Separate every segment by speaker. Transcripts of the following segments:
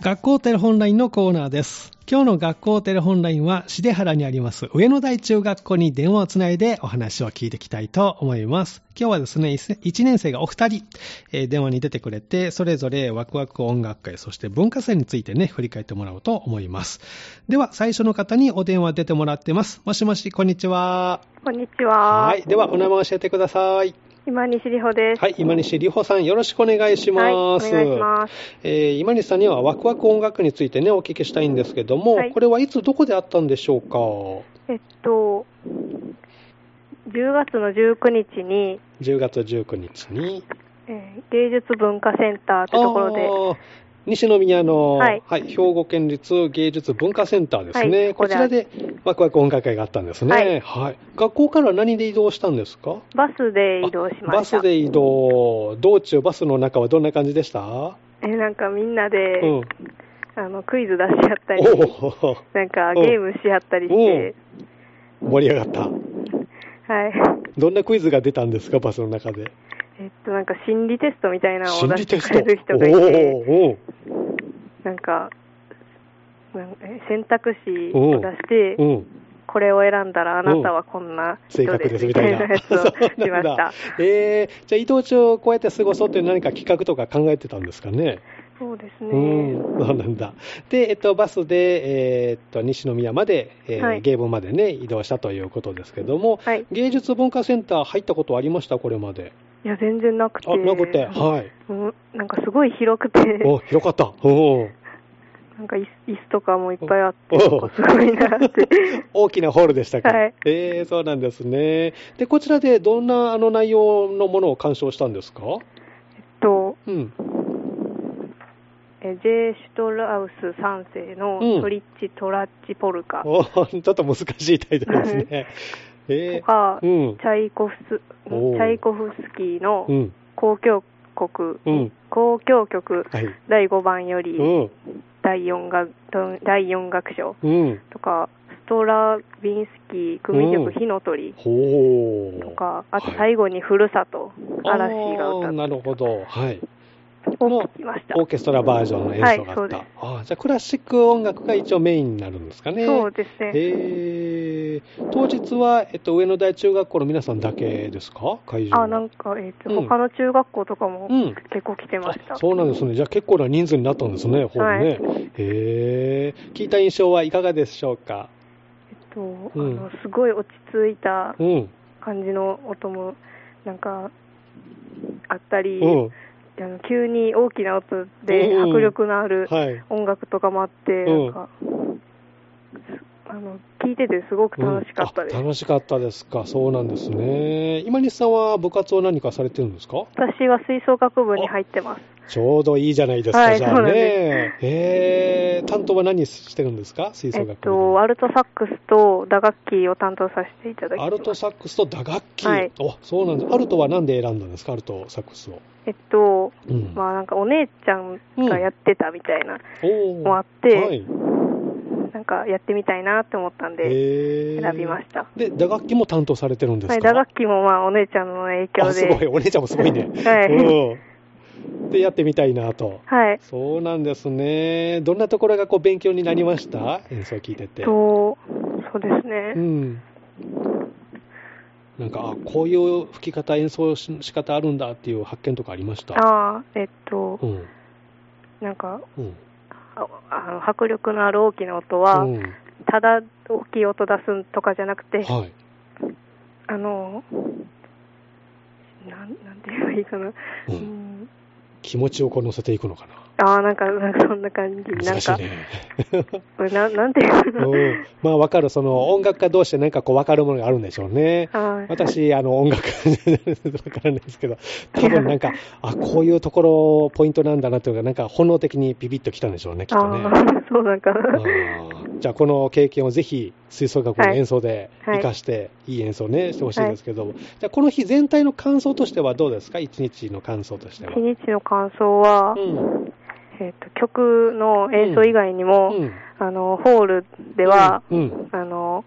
Speaker 1: 学校テレホンラインのコーナーです。今日の学校テレホンラインは、重原にあります上野台中学校に電話をつないでお話を聞いていきたいと思います。今日はですね、1年生がお二人、えー電話に出てくれて、それぞれワクワク音楽会、そして文化祭についてね、振り返ってもらおうと思います。では、最初の方にお電話出てもらってます。もしもし、こんにちは。
Speaker 2: こんにちは。
Speaker 1: はい。では、お名前教えてください。
Speaker 2: 今西里穂です。
Speaker 1: はい、今西里穂さん、よろしくお願いします。
Speaker 2: はいお願いします
Speaker 1: えー今西さんにはワクワク音楽についてね、お聞きしたいんですけども、
Speaker 2: はい
Speaker 1: これはいつどこであったんでしょうか
Speaker 2: えっと、10月の19日に、
Speaker 1: ?10 月19日に。
Speaker 2: えー芸術文化センターってところで、
Speaker 1: あー西宮の、は
Speaker 2: はいい、
Speaker 1: 兵庫県立芸術文化センターですね。
Speaker 2: はい
Speaker 1: こ
Speaker 2: ここ
Speaker 1: ち
Speaker 2: で
Speaker 1: らでワクワク音楽会があったんですね。は。
Speaker 2: はいい
Speaker 1: 学校から何で移動したんですか
Speaker 2: バスで移動しました。
Speaker 1: あバスで移動。道中、バスの中はどんな感じでした、
Speaker 2: えーなんかみんなで、
Speaker 1: うん。
Speaker 2: あの、クイズ出し合ったり、
Speaker 1: おお
Speaker 2: なんかゲームし合ったりして、
Speaker 1: 盛り上がった。
Speaker 2: はい。
Speaker 1: どんなクイズが出たんですか、バスの中で。
Speaker 2: えっと、なんか心理テストみたいなのを
Speaker 1: 心
Speaker 2: 出
Speaker 1: 理
Speaker 2: して
Speaker 1: テス
Speaker 2: く
Speaker 1: ト。
Speaker 2: れる人がいて、
Speaker 1: おー
Speaker 2: なんか、なんえ選択肢
Speaker 1: お
Speaker 2: を
Speaker 1: う
Speaker 2: 出して
Speaker 1: おー、うん、
Speaker 2: これを選んだらあなたはこんな
Speaker 1: 正
Speaker 2: 人
Speaker 1: 確
Speaker 2: で
Speaker 1: ですす
Speaker 2: み
Speaker 1: みた
Speaker 2: た
Speaker 1: い
Speaker 2: い
Speaker 1: な。
Speaker 2: なやつをし
Speaker 1: そうな
Speaker 2: ま
Speaker 1: ん
Speaker 2: し
Speaker 1: だ
Speaker 2: た。
Speaker 1: えー、じゃあ移動中、こうやって過ごそうという何か企画とか考えてたんですかね。
Speaker 2: そうです
Speaker 1: う
Speaker 2: ね、
Speaker 1: ん、そうなんだ。で、えっと、バスで、えーっと、西宮まで、えー
Speaker 2: はい
Speaker 1: 芸文までね、移動したということですけども、
Speaker 2: はい
Speaker 1: 芸術文化センター入ったことありました、これまで。
Speaker 2: いや全然なくて
Speaker 1: あ、なくて、 はい。
Speaker 2: もうなんかすごい広くて
Speaker 1: お、広かった。うん。
Speaker 2: なんか椅子椅子とかもいっぱいあって
Speaker 1: お
Speaker 2: なんかすごいなって
Speaker 1: 大きなホールでしたか、
Speaker 2: はい
Speaker 1: えーそうなんですね。で、こちらでどんなあの内容のものを鑑賞したんですか
Speaker 2: と
Speaker 1: うん。
Speaker 2: えジェ・シュトラウス3世
Speaker 1: うん
Speaker 2: のトリッチ・トラッチ・ポルカ、
Speaker 1: おーちょっと難しいタイトルですね。え
Speaker 2: とか、
Speaker 1: ー、うん
Speaker 2: チ。ャイコフスチ
Speaker 1: おう
Speaker 2: ャイコフスキーの
Speaker 1: うん。
Speaker 2: 交響国、
Speaker 1: うん。
Speaker 2: 交響曲
Speaker 1: はい。
Speaker 2: 第5番より
Speaker 1: うん。
Speaker 2: 第 4, 楽第四楽章
Speaker 1: うん。
Speaker 2: とか、ストラビンスキー組
Speaker 1: うん
Speaker 2: 曲火の鳥
Speaker 1: ほー。
Speaker 2: とか、あと
Speaker 1: はい
Speaker 2: 最後にふるさと、嵐が歌
Speaker 1: あー
Speaker 2: っ
Speaker 1: なるほど。はい。
Speaker 2: たを聴きました。
Speaker 1: オーケストラバージョンの演奏があった。
Speaker 2: はい
Speaker 1: あーじゃあクラシック音楽が一応メインになるんですかね。
Speaker 2: そうですね。
Speaker 1: えー、当日は、えっと、上野台中学校の皆さんだけですか会場
Speaker 2: あ、なんか、えっ、と、
Speaker 1: うん
Speaker 2: 他の中学校とかも
Speaker 1: うん
Speaker 2: 結構来てました。
Speaker 1: あそうなんですね。じゃあ結構な人数になったんですね、ほぼね。
Speaker 2: はい
Speaker 1: へー聞いた印象はいかがでしょうか
Speaker 2: えっと、
Speaker 1: うん
Speaker 2: あの、すごい落ち着いた
Speaker 1: うん。
Speaker 2: 感じの音も、なんか、あったり、
Speaker 1: うん。
Speaker 2: あの急に大きな音で
Speaker 1: うん
Speaker 2: 迫力のある
Speaker 1: はい。
Speaker 2: 音楽とかもあっ
Speaker 1: う
Speaker 2: て、
Speaker 1: ん
Speaker 2: なんか、あの、聴いててすごく楽しかったで
Speaker 1: う
Speaker 2: す。
Speaker 1: んあ楽しかったですか。そうなんですね。今西さんは部活を何かされてるんですか
Speaker 2: 私は吹奏楽部に入ってます。
Speaker 1: ちょうどいいじゃないですか、
Speaker 2: はい
Speaker 1: じゃ
Speaker 2: そ
Speaker 1: あ
Speaker 2: うなん
Speaker 1: ね。へー担当は何してるんですか吹奏
Speaker 2: え
Speaker 1: 楽部
Speaker 2: っと、アルトサックスと打楽器を担当させていただきま
Speaker 1: ア
Speaker 2: す
Speaker 1: ルトサックスと打楽器、
Speaker 2: はい
Speaker 1: おそうなんですアルトは何で選んだんですか、アルトサックスを。
Speaker 2: えっと、
Speaker 1: うん
Speaker 2: まあなんかお姉ちゃんがやってたみたいな、
Speaker 1: おー
Speaker 2: もあって
Speaker 1: はい、
Speaker 2: なんかやってみたいなって思ったんで、
Speaker 1: 選
Speaker 2: 選びました。
Speaker 1: で、打楽器も担当されてるんですか、
Speaker 2: はい、打楽器もまあお姉ちゃんの影響
Speaker 1: あすごい、
Speaker 2: で、
Speaker 1: お姉ちゃんもすごいね。
Speaker 2: はい
Speaker 1: うん、で、やってみたいなと。
Speaker 2: はい、
Speaker 1: そうなんですね。どんなところがこう勉強になりました演奏聞いてて。
Speaker 2: と、そうですね。
Speaker 1: うん。なんか、あこういう吹き方、演奏し仕方あるんだっていう発見とかありました。
Speaker 2: ああ、えっと
Speaker 1: う、ん。
Speaker 2: なんか、
Speaker 1: うん。
Speaker 2: ああの迫力のある大きな音は、
Speaker 1: うん、
Speaker 2: ただ大きい音出すとかじゃなくて、
Speaker 1: はい。
Speaker 2: あの、なんなんて言えばいいかな。
Speaker 1: う
Speaker 2: うんん、
Speaker 1: 気持ちをこう乗せていくのかな。
Speaker 2: ああ、なんか、なんかそんな感じ。なん
Speaker 1: 難しい
Speaker 2: か、
Speaker 1: ね。
Speaker 2: ななんていう
Speaker 1: う
Speaker 2: の、
Speaker 1: ん、まあ、わかる。その、音楽家同士でなんかこう、わかるものがあるんでしょうね。
Speaker 2: はい
Speaker 1: 私、あの、音楽、わからないですけど、多分なんか、あ、こういうところ、ポイントなんだなというか、なんか、本能的にビビッときたんでしょうね、きっ
Speaker 2: あ
Speaker 1: とね。
Speaker 2: あ、 そうなんか、
Speaker 1: あーじゃあ、この経験をぜひ、吹奏楽の演奏で
Speaker 2: はい
Speaker 1: 活かして、いい演奏ね、してほしいんですけども、じゃあ、この日全体の感想としてはどうですか一日の感想としては。
Speaker 2: 一日の感想は、
Speaker 1: うん。
Speaker 2: えっと曲の演奏以外にも、
Speaker 1: うん
Speaker 2: あのホールでは、
Speaker 1: うん。
Speaker 2: あの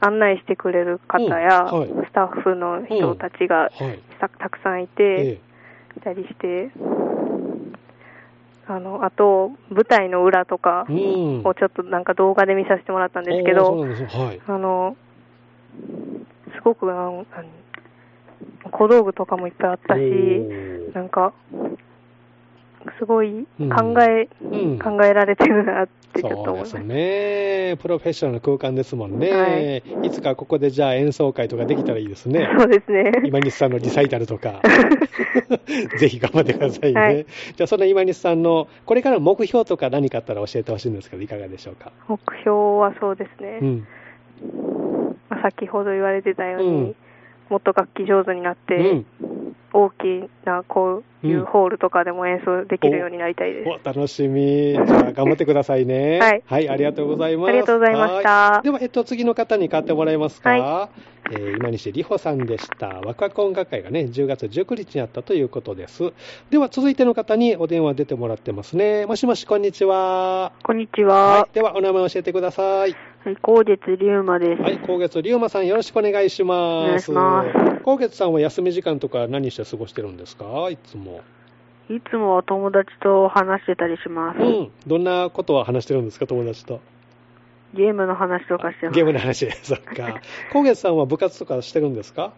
Speaker 2: 案内してくれる方や、
Speaker 1: うんはい
Speaker 2: スタッフの人たち
Speaker 1: は
Speaker 2: が
Speaker 1: い。
Speaker 2: たたくさんい
Speaker 1: え
Speaker 2: て、いたりして、
Speaker 3: あの、あと、舞台の裏とか
Speaker 1: うん
Speaker 3: をちょっとなんか動画で見させてもらったんですけ
Speaker 1: おーそう
Speaker 3: ど、
Speaker 1: なんですねはい。
Speaker 3: あの、すごく、あの、あの小道具とかもいっぱいあったし、
Speaker 1: おー
Speaker 3: なんか、すごい
Speaker 1: うん
Speaker 3: 考え、
Speaker 1: うん
Speaker 3: 考えられてるなってちょっと
Speaker 1: そう
Speaker 3: 思い
Speaker 1: で
Speaker 3: ます
Speaker 1: す。ね。プロフェッショナルな空間ですもんね。い、つかここでじゃあ演奏会とかできたらいいですね。
Speaker 3: そうです ね。
Speaker 1: 今西さんのリサイタル とか。ぜひ頑張ってくださいね。
Speaker 3: はい
Speaker 1: じゃあその今西さんのこれからの目標とか何かあったら教えてほしいんですけど、いかがでしょうか。
Speaker 3: 目標はそうですね、
Speaker 1: うん。
Speaker 3: まあ先ほど言われてたように、
Speaker 1: うん
Speaker 3: もっと楽器上手になって、
Speaker 1: うん
Speaker 3: 大きなこういうんうホールとかでも演奏できるようになりたいです。
Speaker 1: お楽しみ。じゃあ、頑張ってくださいね。
Speaker 3: はい
Speaker 1: ありがとうございます。
Speaker 3: ありがとうございました
Speaker 1: はでは、えっと、次の方に買ってもらえますか。
Speaker 3: は
Speaker 1: えー今西里穂さんでした。ワクワク音楽会がね、10月19日にあったということです。では、続いての方にお電話出てもらってますね。もしもし、こんにちは。
Speaker 2: こんにちは。
Speaker 1: い。では、お名前教えてください。
Speaker 2: はい、高月龍馬です。
Speaker 1: はい。高月龍馬さん、よろしくお願いします。
Speaker 2: お願いします
Speaker 1: 高月さんは休み時間とか何して過ごしてるんですかいつも。
Speaker 2: いつもは友達と話してたりします。
Speaker 1: うん。どんなことを話してるんですか、友達と。
Speaker 2: ゲームの話とかしてます。
Speaker 1: ゲームの話 で、そっか。高月さんは部活とかしてるんですか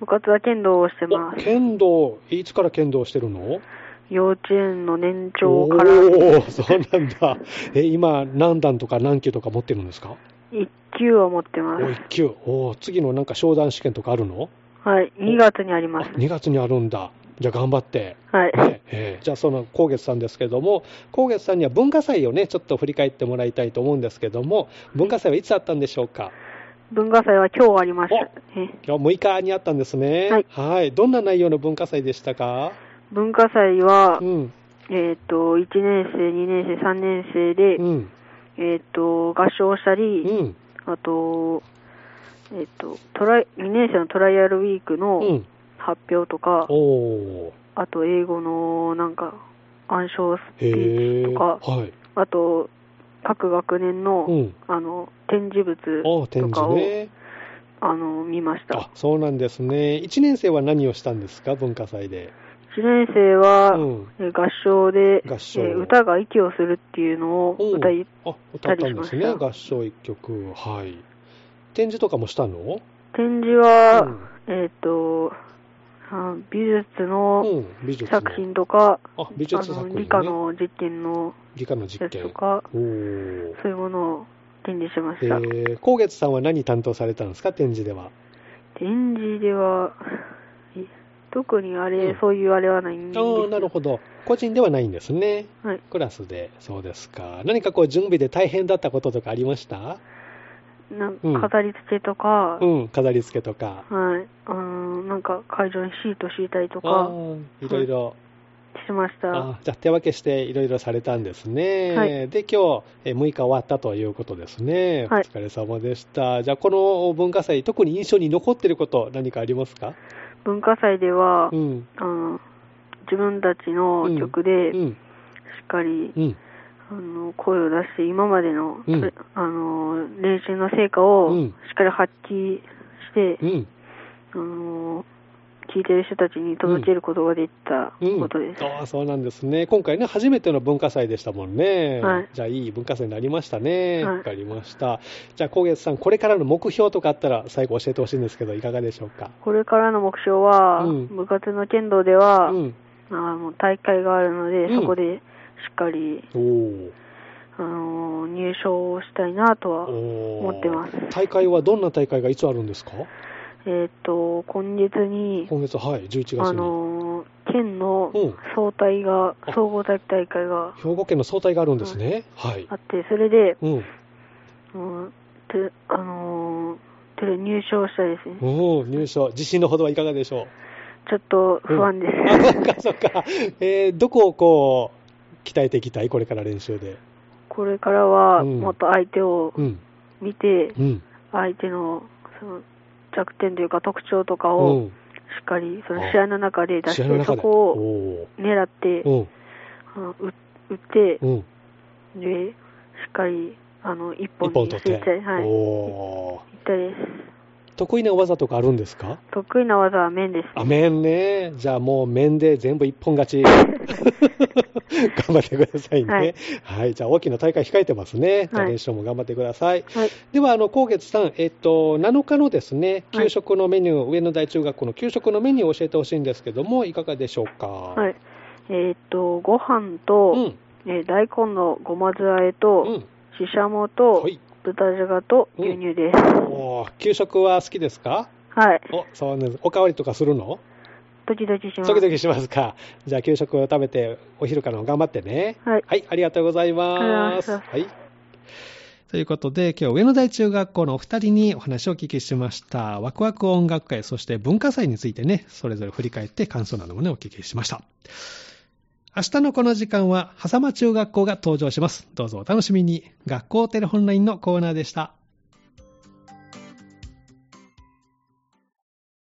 Speaker 2: 部活は剣道をしてま
Speaker 1: お
Speaker 2: す。
Speaker 1: 剣道、いつから剣道してるの
Speaker 2: 幼稚園の年長から
Speaker 1: おーそうなんだ。え、今、何段とか何級とか持ってるんですか
Speaker 2: 1級を持って
Speaker 1: お、
Speaker 2: ます。
Speaker 1: 1級。おー次のなんか商談試験とかあるの
Speaker 2: はい、2月にあります。
Speaker 1: 2月にあるんだ。じゃあ頑張って。
Speaker 2: はい。
Speaker 1: ねえ ーじゃあその高月さんですけども、高月さんには文化祭をね、ちょっと振り返ってもらいたいと思うんですけども、文化祭はいつあったんでしょうか
Speaker 2: 文化祭は今日ありました。え
Speaker 1: 今日6日にあったんですね。
Speaker 2: はい
Speaker 1: はい。どんな内容の文化祭でしたか
Speaker 2: 文化祭は
Speaker 1: う、ん。
Speaker 2: えっ、と、1年生、2年生、3年生で、
Speaker 1: うん。
Speaker 2: えっ、と、合唱したり、
Speaker 1: うん。
Speaker 2: あと、えっ、と、トライ、2年生のトライアルウィークの、
Speaker 1: うん。
Speaker 2: 発表とか、
Speaker 1: おー。
Speaker 2: あと英語のなんか暗唱スピー
Speaker 1: へ
Speaker 2: チ
Speaker 1: ー。
Speaker 2: とか、
Speaker 1: はい。
Speaker 2: あと各学年の,、
Speaker 1: うん
Speaker 2: あの展示物
Speaker 1: おー、展
Speaker 2: とか
Speaker 1: 示
Speaker 2: を
Speaker 1: ね。
Speaker 2: あの見ました
Speaker 1: あ、。そうなんですね。1年生は何をしたんですか文化祭で。
Speaker 2: 1年生は、
Speaker 1: うん
Speaker 2: え合唱で
Speaker 1: 合唱
Speaker 2: え歌が息をするっていうのを
Speaker 1: うん
Speaker 2: 歌い
Speaker 1: あ、歌ったんですね。
Speaker 2: 歌いました
Speaker 1: 合唱1曲。はい。展示とかもしたの
Speaker 2: 展示は、
Speaker 1: うん
Speaker 2: えっ、とあ美術の
Speaker 1: うん。美術の
Speaker 2: 作品とか、
Speaker 1: あ、美術
Speaker 2: あ
Speaker 1: 作品、
Speaker 2: の
Speaker 1: ね。
Speaker 2: 理科。の実験の
Speaker 1: 理科の
Speaker 2: や
Speaker 1: 実
Speaker 2: つ
Speaker 1: 験。
Speaker 2: とか
Speaker 1: おー。
Speaker 2: そういうものを展示しま
Speaker 1: え
Speaker 2: した。
Speaker 1: ー、高月さんは何担当されたんですか展示では。
Speaker 2: 展示では、え特にあれ、
Speaker 1: うん
Speaker 2: そういうあれはないんです
Speaker 1: あ
Speaker 2: よ
Speaker 1: ーなるほど。個人ではないんですね。
Speaker 2: はい。
Speaker 1: クラスで、そうですか。何かこう、準備で大変だったこととかありました
Speaker 2: なん
Speaker 1: うん
Speaker 2: 飾り付けとか、
Speaker 1: うん、飾り付けとか。
Speaker 2: はい。あの、なんか会場にシート敷いたりと
Speaker 1: あ
Speaker 2: か
Speaker 1: ーいろいろ。
Speaker 2: しました。は
Speaker 1: あーじゃあ、手分けしていろいろされたんですね。
Speaker 2: はい
Speaker 1: で、今日、えー6日終わったということですね。
Speaker 2: はい
Speaker 1: お疲れ様でした。じゃあ、この文化祭、特に印象に残ってること、何かありますか
Speaker 2: 文化祭では、
Speaker 1: うん。
Speaker 2: あの、自分たちの曲
Speaker 1: う
Speaker 2: で、し
Speaker 1: ん。
Speaker 2: っかり、
Speaker 1: うん。
Speaker 2: あの、声を出して、今までの、
Speaker 1: うん
Speaker 2: それあの、練習の成果
Speaker 1: う
Speaker 2: を
Speaker 1: ん、
Speaker 2: しっかり発揮して、
Speaker 1: うん。
Speaker 2: あの、聴いてる人たちに届けることができたことです。
Speaker 1: うん、ああそうなんですね今回ね初めての文化祭でしたもんね、
Speaker 2: はい
Speaker 1: じゃあいい文化祭になりましたねわ、
Speaker 2: はい
Speaker 1: かりましたじゃあ高月さんこれからの目標とかあったら最後教えてほしいんですけどいかがでしょうか
Speaker 2: これからの目標は、
Speaker 1: うん
Speaker 2: 部活の剣道では、
Speaker 1: うん
Speaker 2: あの大会があるので、
Speaker 1: うん
Speaker 2: そこでしっかり、
Speaker 1: おー
Speaker 2: あの入賞をしたいなとは、
Speaker 1: お
Speaker 2: 持ってます
Speaker 1: ー大会はどんな大会がいつあるんですか
Speaker 2: えっ、と、今月に、
Speaker 1: 今月はい11月に、
Speaker 2: あの県の
Speaker 1: うん
Speaker 2: 総体が、
Speaker 1: あ
Speaker 2: 総合体育大会が
Speaker 1: 兵庫県の総体があるんですね、はい
Speaker 2: あって、それで、
Speaker 1: うん、
Speaker 2: うんてあのて入賞したですね。
Speaker 1: うん、入賞自信のほどはいかがでしょう
Speaker 2: ちょっと不安です。
Speaker 1: あそっか そっか、えーどこをこう鍛えていきたいこれから練習で
Speaker 2: これからは、
Speaker 1: うん
Speaker 2: もっと相手を
Speaker 1: うん
Speaker 2: 見て、
Speaker 1: うん
Speaker 2: 相手のその弱点というか特徴とか
Speaker 1: う
Speaker 2: を、
Speaker 1: ん
Speaker 2: しっかりそ
Speaker 1: あ
Speaker 2: の試合の中で出し
Speaker 1: 試合の
Speaker 2: て、
Speaker 1: 中
Speaker 2: そ
Speaker 1: で。
Speaker 2: こを
Speaker 1: お
Speaker 2: 狙って、
Speaker 1: ー
Speaker 2: あのう打って
Speaker 1: う、ん。うん。
Speaker 2: で、しっかりあの一
Speaker 1: 一
Speaker 2: 本
Speaker 1: 本
Speaker 2: に
Speaker 1: 取っ
Speaker 2: 集
Speaker 1: て
Speaker 2: 中、。はい、いっ
Speaker 1: おー
Speaker 2: たです。
Speaker 1: 得意な技とかあるんですか
Speaker 2: 得意な技は面です。
Speaker 1: あ、面ね。じゃあもう面で全部一本 勝ち。頑張ってくださいね。は
Speaker 2: はいい。
Speaker 1: じゃあ大きな大会控えてますね。じゃあ
Speaker 2: はい
Speaker 1: 練習も頑張ってください。
Speaker 2: はい。
Speaker 1: では、あの、高月さん、えっと、7日のですね、
Speaker 2: はい
Speaker 1: 給食のメニュー、上野大中学校の給食のメニューを教えてほしいんですけども、いかがでしょうか。
Speaker 2: はいい。えーっと、ご飯
Speaker 1: う
Speaker 2: と、
Speaker 1: ん。
Speaker 2: えー大根のごま酢あえと、
Speaker 1: うん。
Speaker 2: ししゃもと、
Speaker 1: はい。
Speaker 2: 豚じゃがと牛乳です。
Speaker 1: おー給食は好きですか
Speaker 2: はい。
Speaker 1: お、そうなんです。おかわりとかするの
Speaker 2: ドキドキします。
Speaker 1: 時々しますか。じゃあ、給食を食べて、お昼からも頑張ってね。
Speaker 2: はい。
Speaker 1: はい、ありがとうございます。
Speaker 2: ありがとう
Speaker 1: はい。ということで、今日上野台中学校のお二人にお話をお聞きしました。ワクワク音楽会、そして文化祭についてね、それぞれ振り返って感想などもね、お聞きしました。明日のこの時間は、狭間中学校が登場します。どうぞお楽しみに。学校テレホンラインのコーナーでした。